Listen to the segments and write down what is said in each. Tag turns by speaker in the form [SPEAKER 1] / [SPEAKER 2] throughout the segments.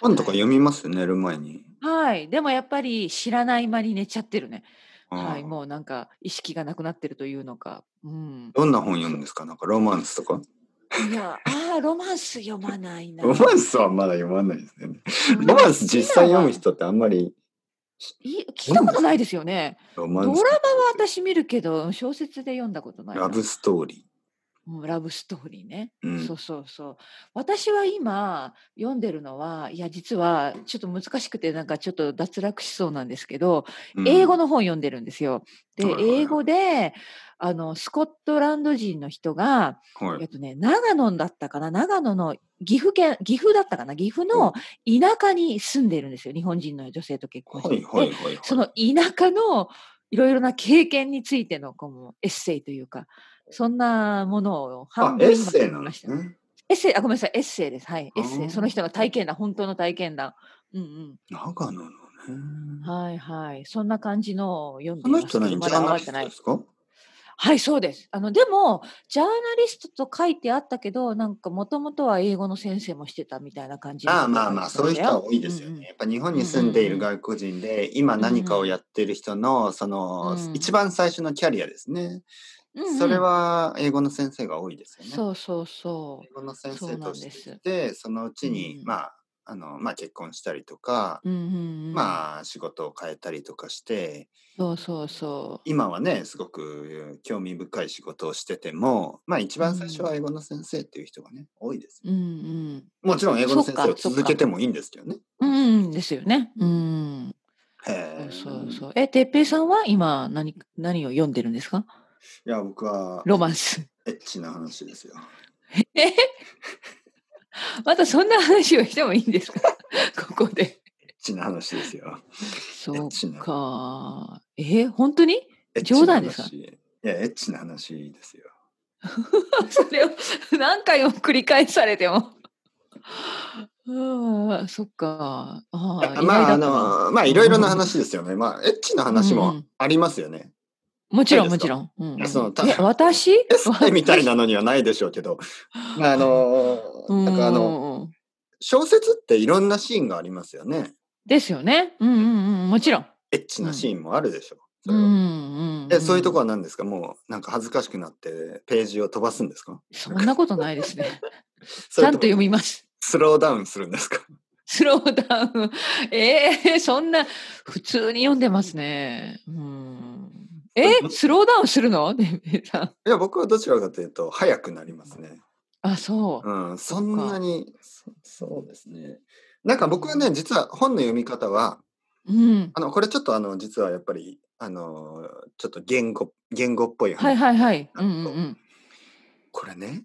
[SPEAKER 1] 本とか読みます寝る前に。
[SPEAKER 2] はい、でもやっぱり知らない間に寝ちゃってるね。はい、
[SPEAKER 1] ああ
[SPEAKER 2] もうなんか意識がなくなってるというのか。うん。
[SPEAKER 1] どんな本読むんですかなんかロマンスとか
[SPEAKER 2] いや、ああ、ロマンス読まないな。
[SPEAKER 1] ロマンスはまだ読まないですよね。
[SPEAKER 2] うん
[SPEAKER 1] ロマンス実際読む。
[SPEAKER 2] 好きな
[SPEAKER 1] 人ってあんまり
[SPEAKER 2] い聞いたことないですよね。
[SPEAKER 1] ロ
[SPEAKER 2] ド
[SPEAKER 1] マ
[SPEAKER 2] ラマ
[SPEAKER 1] ンス
[SPEAKER 2] は私見るけど、小説で読んだことないな。
[SPEAKER 1] ラブストーリ
[SPEAKER 2] うんラブストーリーね。
[SPEAKER 1] ー。うん
[SPEAKER 2] そうそうそう。私は今読んでるのは、いや、実はちょっと難しくて、なんかちょっと脱落しそうなんですけど、
[SPEAKER 1] うん
[SPEAKER 2] 英語の本読んでるんですよ。で、
[SPEAKER 1] はいはいはい
[SPEAKER 2] 英語で、あの、スコットランド人の人が、
[SPEAKER 1] は
[SPEAKER 2] えっ
[SPEAKER 1] い。
[SPEAKER 2] とね、長野だったかな、長野の岐阜県、岐阜だったかな、岐阜の田舎に住んでるんですよ。日本人の女性と結婚し
[SPEAKER 1] は
[SPEAKER 2] て
[SPEAKER 1] い
[SPEAKER 2] いて。
[SPEAKER 1] はいはいはい。
[SPEAKER 2] その田舎のいろいろな経験についてのこのエッセイというか、そんなものを
[SPEAKER 1] あ、エッセイなんです
[SPEAKER 2] エ
[SPEAKER 1] ね。
[SPEAKER 2] ッセイ、あ、ごめんなさい、エッセイです。はい、
[SPEAKER 1] あ
[SPEAKER 2] エ
[SPEAKER 1] ー
[SPEAKER 2] ッセイ。その人の体験談、本当の体験談。うん
[SPEAKER 1] 長野のね。
[SPEAKER 2] うん。はいはい。そんな感じのを読んで
[SPEAKER 1] こ
[SPEAKER 2] い
[SPEAKER 1] の
[SPEAKER 2] ます
[SPEAKER 1] 人
[SPEAKER 2] けど。
[SPEAKER 1] 何
[SPEAKER 2] ま
[SPEAKER 1] ジャ
[SPEAKER 2] だ
[SPEAKER 1] ーナリ
[SPEAKER 2] 終わっ
[SPEAKER 1] ス
[SPEAKER 2] て
[SPEAKER 1] ト
[SPEAKER 2] ない
[SPEAKER 1] ですか
[SPEAKER 2] はい、そうです。あの、でも、ジャーナリストと書いてあったけど、なんか、もともとは英語の先生もしてたみたいな感じの
[SPEAKER 1] あ
[SPEAKER 2] こ
[SPEAKER 1] あ
[SPEAKER 2] と
[SPEAKER 1] ま
[SPEAKER 2] が
[SPEAKER 1] あ
[SPEAKER 2] 言っ
[SPEAKER 1] まあ
[SPEAKER 2] てた
[SPEAKER 1] そ
[SPEAKER 2] ん
[SPEAKER 1] ういう人
[SPEAKER 2] だ
[SPEAKER 1] は多いですよ
[SPEAKER 2] うんうん
[SPEAKER 1] ね。やっぱ日本に住んでいる外国人で今何かをやってる人のその
[SPEAKER 2] うん
[SPEAKER 1] 一番最初のキャリアですね。
[SPEAKER 2] うんうん
[SPEAKER 1] それは英語の先生が多いですよね。
[SPEAKER 2] そうそうそ
[SPEAKER 1] 英語の先
[SPEAKER 2] そう
[SPEAKER 1] 生
[SPEAKER 2] なん
[SPEAKER 1] と
[SPEAKER 2] で
[SPEAKER 1] し
[SPEAKER 2] す
[SPEAKER 1] ててそのうちに、
[SPEAKER 2] うん
[SPEAKER 1] まああのまあ結婚したりとか、
[SPEAKER 2] う。うんうんうん、
[SPEAKER 1] まあ仕事を変えたりとかして
[SPEAKER 2] そうそうそう。
[SPEAKER 1] 今はねすごく興味深い仕事をしててもまあ一番最初は英語の先生っていう人がね多いです。
[SPEAKER 2] うんうん。
[SPEAKER 1] もちろん英語の先生
[SPEAKER 2] そ
[SPEAKER 1] を
[SPEAKER 2] っかそっか
[SPEAKER 1] 続けてもいいんですけどね。
[SPEAKER 2] うんうんですよね。うん。
[SPEAKER 1] へ
[SPEAKER 2] そ
[SPEAKER 1] え。
[SPEAKER 2] うそうそう。え、てっぺいさんは今何、何を読んでるんですか
[SPEAKER 1] いや僕は
[SPEAKER 2] ロマンス。
[SPEAKER 1] エッチな話ですよ。
[SPEAKER 2] えまたそんな話をしてもいいんですか ここで。
[SPEAKER 1] エッチな話ですよ。エ
[SPEAKER 2] そ
[SPEAKER 1] ッ
[SPEAKER 2] う
[SPEAKER 1] チな
[SPEAKER 2] か。え、本当に
[SPEAKER 1] エッチな
[SPEAKER 2] 冗談ですか
[SPEAKER 1] 話いや、エッチな話ですよ。
[SPEAKER 2] それを何回も繰り返されても。うん、そっか。あー意外
[SPEAKER 1] まあ、
[SPEAKER 2] だ
[SPEAKER 1] あ
[SPEAKER 2] ったな
[SPEAKER 1] の、まあ、いろいろな話ですよね。まあ、エッチな話もありますよね。
[SPEAKER 2] もちろん、
[SPEAKER 1] な
[SPEAKER 2] も
[SPEAKER 1] いで
[SPEAKER 2] ち
[SPEAKER 1] すか
[SPEAKER 2] ろん。うんうん
[SPEAKER 1] いやそのた
[SPEAKER 2] え私
[SPEAKER 1] エッセイみたいなのにはないでしょうけ ど、まあ、あの、
[SPEAKER 2] うん
[SPEAKER 1] なんかあの、小説っていろんなシーンがありますよね。
[SPEAKER 2] ですよね。うんうんうん、もちろん。
[SPEAKER 1] エッチなシーンもあるでしょう。そ
[SPEAKER 2] うん
[SPEAKER 1] れは
[SPEAKER 2] うんん
[SPEAKER 1] えそういうとこは何ですかもうなんか恥ずかしくなってページを飛ばすんですか
[SPEAKER 2] そんなことないですね。
[SPEAKER 1] そ
[SPEAKER 2] ち
[SPEAKER 1] れ
[SPEAKER 2] ゃんと
[SPEAKER 1] と
[SPEAKER 2] 読
[SPEAKER 1] も
[SPEAKER 2] みます。
[SPEAKER 1] スローダウンするんですか
[SPEAKER 2] スローダウン。ええそんな、普通に読んでますね。うん、えスローダウンするのねえさん
[SPEAKER 1] いや僕はどちらかというと早くなりますね。
[SPEAKER 2] あ、そう。
[SPEAKER 1] うん、そ
[SPEAKER 2] っ
[SPEAKER 1] ん
[SPEAKER 2] か
[SPEAKER 1] なにそそうですね。なんか僕はね実は本の読み方は
[SPEAKER 2] うん。
[SPEAKER 1] あのこれちょっとあの実はやっぱりあのーちょっと言語言語っぽい話、
[SPEAKER 2] はいはいはい。
[SPEAKER 1] あ
[SPEAKER 2] う
[SPEAKER 1] と
[SPEAKER 2] んうん
[SPEAKER 1] これね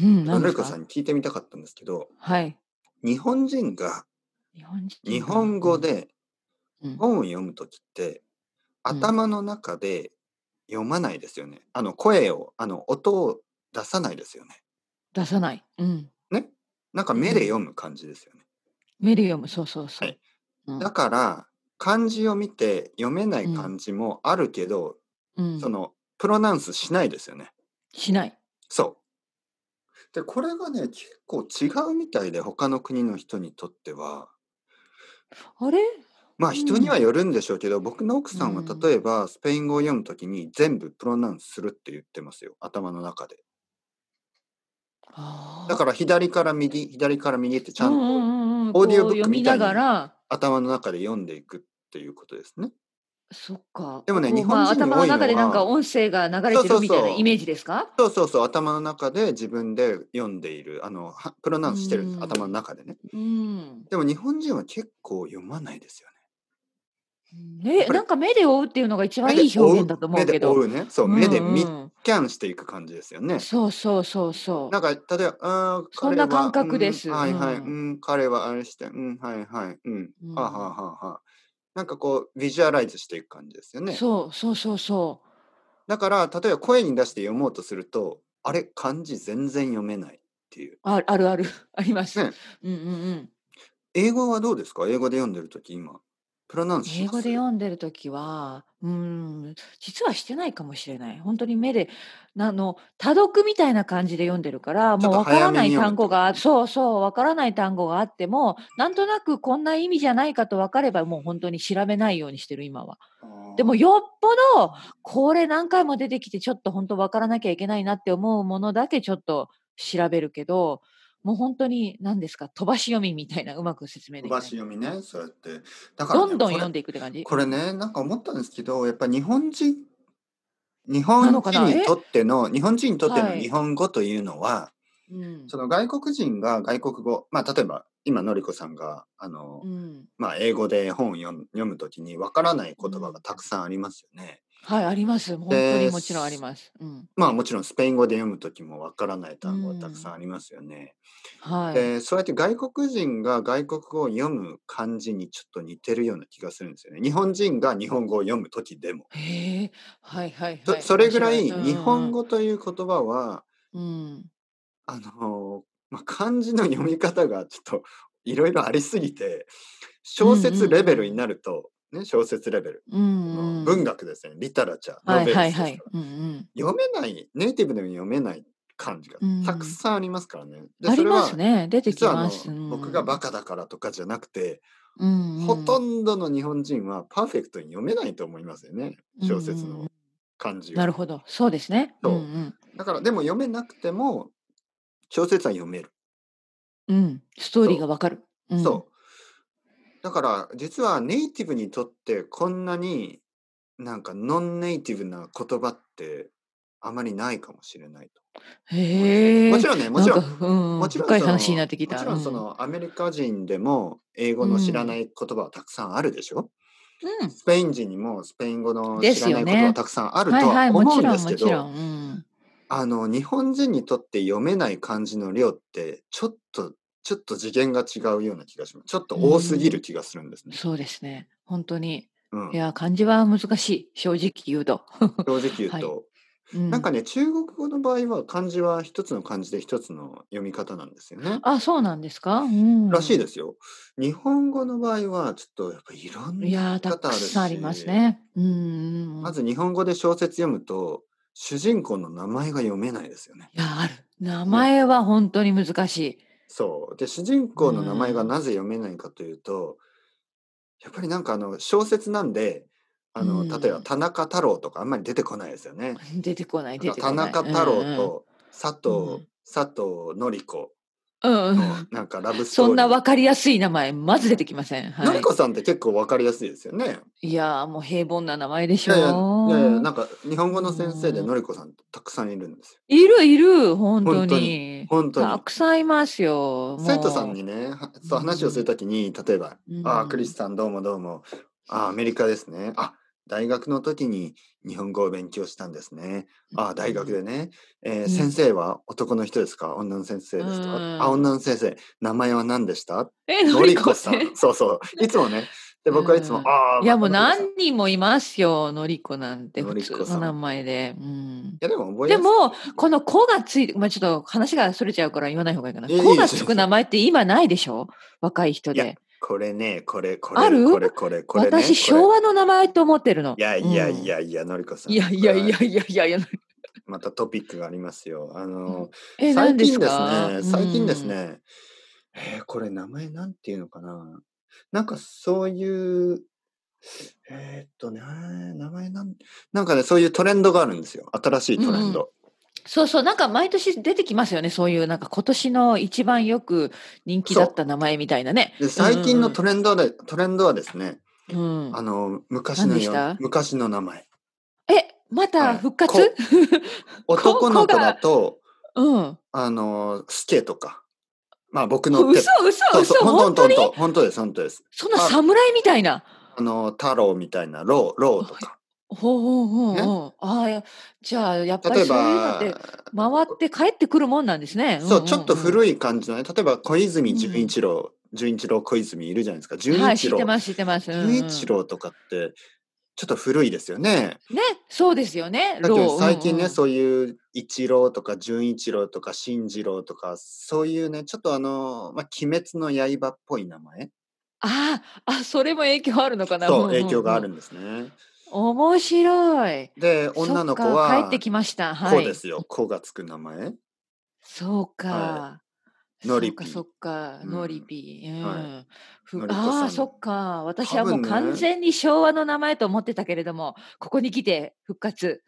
[SPEAKER 2] うん。うん、なんで
[SPEAKER 1] ル
[SPEAKER 2] す
[SPEAKER 1] カ
[SPEAKER 2] か
[SPEAKER 1] さんに聞いてみたかったんですけど
[SPEAKER 2] はい。
[SPEAKER 1] 日本人が
[SPEAKER 2] 日本人か
[SPEAKER 1] 日本語、で
[SPEAKER 2] うん
[SPEAKER 1] 本を読む時って
[SPEAKER 2] うん
[SPEAKER 1] 頭の中で読まないですよね。あの声をあの音を出さないですよね。
[SPEAKER 2] 出さない。うん。
[SPEAKER 1] ねなんか目で読む感じですよね。
[SPEAKER 2] メリオム、そうそうそう。
[SPEAKER 1] はい
[SPEAKER 2] うん
[SPEAKER 1] だから漢字を見て読めない漢字もあるけど、
[SPEAKER 2] うん
[SPEAKER 1] そのプロナウンスしないですよね。
[SPEAKER 2] しない。
[SPEAKER 1] そう。でこれがね結構違うみたいで他の国の人にとっては
[SPEAKER 2] あれ
[SPEAKER 1] まあ
[SPEAKER 2] うん
[SPEAKER 1] 人にはよるんでしょうけど、僕の奥さんは
[SPEAKER 2] うん
[SPEAKER 1] 例えばスペイン語を読むときに全部プロナウンスするって言ってますよ頭の中で。
[SPEAKER 2] あー
[SPEAKER 1] だから左から右左から右ってちゃ
[SPEAKER 2] うんうん
[SPEAKER 1] と
[SPEAKER 2] んうん
[SPEAKER 1] オーディオブッ
[SPEAKER 2] こう
[SPEAKER 1] クみたいに
[SPEAKER 2] 読みながら、
[SPEAKER 1] 頭の中で読んでいくっていうことですね。
[SPEAKER 2] そっか。
[SPEAKER 1] でもね
[SPEAKER 2] こう
[SPEAKER 1] 日本
[SPEAKER 2] まあ
[SPEAKER 1] 人に多
[SPEAKER 2] 頭の
[SPEAKER 1] いのは
[SPEAKER 2] 中でなんか音声が流れ
[SPEAKER 1] そう
[SPEAKER 2] て
[SPEAKER 1] そうそ
[SPEAKER 2] る
[SPEAKER 1] う
[SPEAKER 2] みたいなイメージですか
[SPEAKER 1] そうそうそう頭の中で自分で読んでいるあのはプロナウンスしてるんです
[SPEAKER 2] うん
[SPEAKER 1] 頭の中でね
[SPEAKER 2] うん。
[SPEAKER 1] でも日本人は結構読まないですよやっ
[SPEAKER 2] え、
[SPEAKER 1] ぱり
[SPEAKER 2] なんか目で追うっていうのが一
[SPEAKER 1] ね
[SPEAKER 2] 番いい表現だと思うけど。
[SPEAKER 1] 目で追うねそう目で見
[SPEAKER 2] うん
[SPEAKER 1] スキャンしていく感じですよね
[SPEAKER 2] そうそうそうそ
[SPEAKER 1] なんか例えばあー
[SPEAKER 2] そんな
[SPEAKER 1] 彼は
[SPEAKER 2] 感覚です
[SPEAKER 1] うんはいはい、
[SPEAKER 2] う
[SPEAKER 1] うんん、彼はあれしてうんはいはいうん、
[SPEAKER 2] う。
[SPEAKER 1] はあはあはあはあなんかこうビジュアライズしていく感じですよ
[SPEAKER 2] うん
[SPEAKER 1] ね
[SPEAKER 2] そうそうそうそ
[SPEAKER 1] だから例えば声に出して読もうとするとあれ漢字全然読めないっていう
[SPEAKER 2] う。あ あるあるあります。
[SPEAKER 1] ね
[SPEAKER 2] うんうんうん。
[SPEAKER 1] 英語はどうですか英語で読んでる時今プロナウンスし
[SPEAKER 2] 英
[SPEAKER 1] ます
[SPEAKER 2] 語で読んでる時はうん実はしてないかもしれない本当に目でなあの多読みたいな感じで読んでるから
[SPEAKER 1] ちょっ
[SPEAKER 2] も
[SPEAKER 1] と
[SPEAKER 2] うわからな
[SPEAKER 1] 早め
[SPEAKER 2] い
[SPEAKER 1] に読む
[SPEAKER 2] 単語がそうそうわからない単語があってもなんとなくこんな意味じゃないかと分かればもう本当に調べないようにしてる今はでもよっぽどこれ何回も出てきてちょっと本当わからなきゃいけないなって思うものだけちょっと調べるけどもう本当に何ですか飛ばし読みみたいなうまく説明
[SPEAKER 1] 飛
[SPEAKER 2] できな
[SPEAKER 1] ば
[SPEAKER 2] い
[SPEAKER 1] し読みねそうやってだからね、
[SPEAKER 2] どんどん読ん
[SPEAKER 1] で
[SPEAKER 2] でいくって感じ
[SPEAKER 1] これねなんか思ったんですけどやっぱ日本人日
[SPEAKER 2] な
[SPEAKER 1] 本
[SPEAKER 2] のかな
[SPEAKER 1] 人にとっての日本人にとっての
[SPEAKER 2] はい
[SPEAKER 1] 日本語というのは、
[SPEAKER 2] うん
[SPEAKER 1] その外国人が外国語まあ例えば今のりこさんがあの、
[SPEAKER 2] うん
[SPEAKER 1] まあ、英語で本を読む読むときにわからない言葉がたくさんありますよね。
[SPEAKER 2] はい、あります。本当にもちろんあります。うん。
[SPEAKER 1] まあもちろんスペイン語で読むときもわからない単語はたくさんありますよね。
[SPEAKER 2] はい。
[SPEAKER 1] でそうやって外国人が外国語を読む漢字にちょっと似てるような気がするんですよね。日本人が日本語を読むときでも。
[SPEAKER 2] へえ、はいはい
[SPEAKER 1] そ
[SPEAKER 2] はい。
[SPEAKER 1] それぐらい
[SPEAKER 2] 面白
[SPEAKER 1] 日本。語という言葉は、
[SPEAKER 2] うんうん。
[SPEAKER 1] あのーまあ、漢字の読み方がちょっといろいろありすぎて小説レベルになると、ね、小説レベル、
[SPEAKER 2] うん、うん。
[SPEAKER 1] 文学ですねリタラチャー
[SPEAKER 2] は
[SPEAKER 1] ノ
[SPEAKER 2] い
[SPEAKER 1] ベル
[SPEAKER 2] は
[SPEAKER 1] で
[SPEAKER 2] い
[SPEAKER 1] すか
[SPEAKER 2] は
[SPEAKER 1] ら
[SPEAKER 2] い。うんうん。
[SPEAKER 1] 読めないネイティブでも読めない漢字がたくさんありますからね。で
[SPEAKER 2] ありま
[SPEAKER 1] そ
[SPEAKER 2] す
[SPEAKER 1] れは
[SPEAKER 2] ね。出てき
[SPEAKER 1] 実はあ
[SPEAKER 2] ま
[SPEAKER 1] の
[SPEAKER 2] す。うん
[SPEAKER 1] 僕がバカだからとかじゃなくて、
[SPEAKER 2] うんうん、
[SPEAKER 1] ほとんどの日本人はパーフェクトに読めないと思いますよね小説
[SPEAKER 2] うんうんう
[SPEAKER 1] の
[SPEAKER 2] ん
[SPEAKER 1] 漢字を。
[SPEAKER 2] なるほど。そうですね。
[SPEAKER 1] そうんだからでも読めなくても小説は読める。
[SPEAKER 2] うん。うん。ストーリーがわかる。うん、
[SPEAKER 1] そう。だから実はネイティブにとってこんなになんかノンネイティブな言葉ってあまりないかもしれないと。
[SPEAKER 2] へえ。
[SPEAKER 1] もちろんね、もちろん
[SPEAKER 2] なんか、うん、
[SPEAKER 1] もちろん
[SPEAKER 2] 深い
[SPEAKER 1] その
[SPEAKER 2] 話になってきた。
[SPEAKER 1] もちろんそのアメリカ人でも英語の知らない言葉はたくさんあるでしょ、
[SPEAKER 2] うん、
[SPEAKER 1] スペイン人にもスペイン語の
[SPEAKER 2] で
[SPEAKER 1] 知
[SPEAKER 2] す
[SPEAKER 1] らない
[SPEAKER 2] よね
[SPEAKER 1] 言葉はたくさんあ
[SPEAKER 2] う
[SPEAKER 1] ると
[SPEAKER 2] ん。はいは。
[SPEAKER 1] はい思
[SPEAKER 2] も
[SPEAKER 1] う
[SPEAKER 2] ち
[SPEAKER 1] ん
[SPEAKER 2] ろ
[SPEAKER 1] で
[SPEAKER 2] ん
[SPEAKER 1] す
[SPEAKER 2] も
[SPEAKER 1] け
[SPEAKER 2] ち
[SPEAKER 1] ど、
[SPEAKER 2] ろん。うん。
[SPEAKER 1] あの日本人にとって読めない漢字の量ってちょっとちょっと次元が違うような気がします。ちょっと多すぎる気がするんですね。
[SPEAKER 2] そうですね。本当に。
[SPEAKER 1] うん
[SPEAKER 2] いや、漢字は難しい。正直言うと。
[SPEAKER 1] 正直言うと、なんか
[SPEAKER 2] ね、
[SPEAKER 1] ね中国語の場合は漢字は一つの漢字で一つの読み方なんですよね。
[SPEAKER 2] あ、そうなんですか、うん、
[SPEAKER 1] らしいですよ。日本語の場合はちょっとやっぱいろんな
[SPEAKER 2] ね。いやー、
[SPEAKER 1] 読
[SPEAKER 2] た
[SPEAKER 1] み方あ
[SPEAKER 2] く
[SPEAKER 1] る
[SPEAKER 2] さんあり
[SPEAKER 1] し
[SPEAKER 2] ますね。うん。
[SPEAKER 1] まず日本語で小説読むと主人公の名前が読めないですよね。
[SPEAKER 2] いやー、ある。名前は本当に難しい。
[SPEAKER 1] そうで主人公の名前が
[SPEAKER 2] うん
[SPEAKER 1] なぜ読めないかというとやっぱりなんかあの小説なんであの
[SPEAKER 2] うん
[SPEAKER 1] 例えば田中太郎とかあんまり出てこないですよね。
[SPEAKER 2] 出てこない、出て
[SPEAKER 1] 田
[SPEAKER 2] こない。
[SPEAKER 1] 中太郎
[SPEAKER 2] うん
[SPEAKER 1] と佐
[SPEAKER 2] う
[SPEAKER 1] 藤、
[SPEAKER 2] ん
[SPEAKER 1] 佐藤典 子
[SPEAKER 2] うん、うんう
[SPEAKER 1] の
[SPEAKER 2] ん。
[SPEAKER 1] なんかラブストー
[SPEAKER 2] そ
[SPEAKER 1] リー。
[SPEAKER 2] んなわかりやすい名前、まず出てきません。は
[SPEAKER 1] 典
[SPEAKER 2] い、
[SPEAKER 1] 子さんって結構わかりやすいですよね。
[SPEAKER 2] いやー、もう平凡な名前で
[SPEAKER 1] い
[SPEAKER 2] しょ
[SPEAKER 1] やいやいやいや
[SPEAKER 2] う。
[SPEAKER 1] なんか日本語の先生で
[SPEAKER 2] うん
[SPEAKER 1] 典子さんたくさんいるんですよ。
[SPEAKER 2] いる、いる、本当
[SPEAKER 1] 本当
[SPEAKER 2] に。
[SPEAKER 1] 本当に
[SPEAKER 2] たくさんいますよ。
[SPEAKER 1] 生徒さん
[SPEAKER 2] も
[SPEAKER 1] にねはそう話をするときに例えば「
[SPEAKER 2] うん
[SPEAKER 1] ああクリスさんどうもどうもあーアメリカですねあ大学の時に日本語を勉強したんですね
[SPEAKER 2] う、
[SPEAKER 1] あー大学でね、えー
[SPEAKER 2] うん
[SPEAKER 1] 先生は男の人ですか女の先生ですか、
[SPEAKER 2] うん
[SPEAKER 1] あ女の先生名前は何でした
[SPEAKER 2] え、の
[SPEAKER 1] の
[SPEAKER 2] り
[SPEAKER 1] り
[SPEAKER 2] こ
[SPEAKER 1] こさ
[SPEAKER 2] さん
[SPEAKER 1] ん。そうそういつもねで僕はいつも、
[SPEAKER 2] うん
[SPEAKER 1] ああ
[SPEAKER 2] いやもう
[SPEAKER 1] またのりこさんい
[SPEAKER 2] 何人もいますよ、のりこなんて、
[SPEAKER 1] の
[SPEAKER 2] 普
[SPEAKER 1] り
[SPEAKER 2] 通
[SPEAKER 1] こさん
[SPEAKER 2] の名前で。うん、
[SPEAKER 1] やでも覚え
[SPEAKER 2] で
[SPEAKER 1] やすい
[SPEAKER 2] も、この子がついて、まあ、ちょっと話がそれちゃうから言わない方がいいかな。
[SPEAKER 1] いやいい
[SPEAKER 2] 子が
[SPEAKER 1] です
[SPEAKER 2] つく名前って今ないでしょ若い人
[SPEAKER 1] いや
[SPEAKER 2] で。
[SPEAKER 1] これねこれこれ
[SPEAKER 2] ある
[SPEAKER 1] これこれこれ、ね、こ
[SPEAKER 2] 私、
[SPEAKER 1] れ
[SPEAKER 2] 昭和の名前と思ってるの。
[SPEAKER 1] いやいやい
[SPEAKER 2] うん。
[SPEAKER 1] やいや、のりこさん
[SPEAKER 2] いやいやい
[SPEAKER 1] こ
[SPEAKER 2] やいやいやいや。
[SPEAKER 1] れまたトピックがありますよあの、
[SPEAKER 2] え、何
[SPEAKER 1] 最
[SPEAKER 2] です
[SPEAKER 1] 近です
[SPEAKER 2] か
[SPEAKER 1] ね、最近です。ね、えーこれ名前なんていうのかななんかそういう、えーっとね、名前なん、なんかね、そういうトレンドがあるんですよ。新しいトレンド。
[SPEAKER 2] そうそう、なんか毎年出てきますよね。そういう、なんか今年の一番よく人気だった名前みたいなね。
[SPEAKER 1] で最近のトレンドで、トレンドはですね、
[SPEAKER 2] うん
[SPEAKER 1] あの、昔のよ
[SPEAKER 2] 何でした
[SPEAKER 1] 昔の名前。
[SPEAKER 2] え、ま
[SPEAKER 1] は
[SPEAKER 2] た
[SPEAKER 1] い
[SPEAKER 2] 復活
[SPEAKER 1] 男の子だと、
[SPEAKER 2] うん。
[SPEAKER 1] あの、スケとか。まあ僕の
[SPEAKER 2] 嘘
[SPEAKER 1] 手
[SPEAKER 2] 嘘嘘
[SPEAKER 1] そうそう
[SPEAKER 2] 本当に
[SPEAKER 1] 本当本当です、本当です。
[SPEAKER 2] そんな侍みたいな。
[SPEAKER 1] あの、太郎みたいな、ロー、ローとか。
[SPEAKER 2] ほうほうほうほう。ああ、いやじゃあやっぱ
[SPEAKER 1] 例え
[SPEAKER 2] りそういうのっ
[SPEAKER 1] ば、
[SPEAKER 2] て回って帰ってくるもんなんですね。
[SPEAKER 1] そう、ちょっと
[SPEAKER 2] い。
[SPEAKER 1] 古い感じのね、例えば小泉純一郎、純一郎小泉いるじゃないですか、純
[SPEAKER 2] はい、知
[SPEAKER 1] 一
[SPEAKER 2] って
[SPEAKER 1] 郎。
[SPEAKER 2] ます知ってます。うんうん
[SPEAKER 1] 純一郎とかって、ちょっと古いですよね。
[SPEAKER 2] ね、そうですよね。
[SPEAKER 1] だけ
[SPEAKER 2] ロ
[SPEAKER 1] ど
[SPEAKER 2] ー
[SPEAKER 1] 最近ね、
[SPEAKER 2] うんうん
[SPEAKER 1] そういう一郎とか純一郎とか進次郎とか、そういうね、ちょっとあの、まあ、鬼滅の刃っぽい名前。
[SPEAKER 2] ああ、それも影響あるのかな。
[SPEAKER 1] そ
[SPEAKER 2] ん
[SPEAKER 1] う、
[SPEAKER 2] んん
[SPEAKER 1] 影響があるんですね。
[SPEAKER 2] 面白い。
[SPEAKER 1] で、女の子
[SPEAKER 2] そっか
[SPEAKER 1] は、
[SPEAKER 2] 帰ってきました。はい。
[SPEAKER 1] こうですよ。こがつく名前。
[SPEAKER 2] そうか。
[SPEAKER 1] は
[SPEAKER 2] そ
[SPEAKER 1] ノ
[SPEAKER 2] う
[SPEAKER 1] リ
[SPEAKER 2] か
[SPEAKER 1] ピ
[SPEAKER 2] そっか、
[SPEAKER 1] うん
[SPEAKER 2] ノリピー。うん
[SPEAKER 1] はい
[SPEAKER 2] ふ
[SPEAKER 1] ノリコさん
[SPEAKER 2] ああ、そっか。私
[SPEAKER 1] 多
[SPEAKER 2] はもう
[SPEAKER 1] 分ね
[SPEAKER 2] 完全に昭和の名前と思ってたけれども、ここに来て復活。